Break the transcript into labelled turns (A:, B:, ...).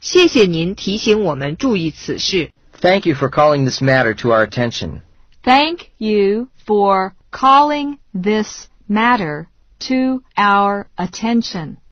A: 谢谢您提醒我们注意此事。
B: Thank you for calling this matter to our attention.
C: Thank you for calling this matter to our attention.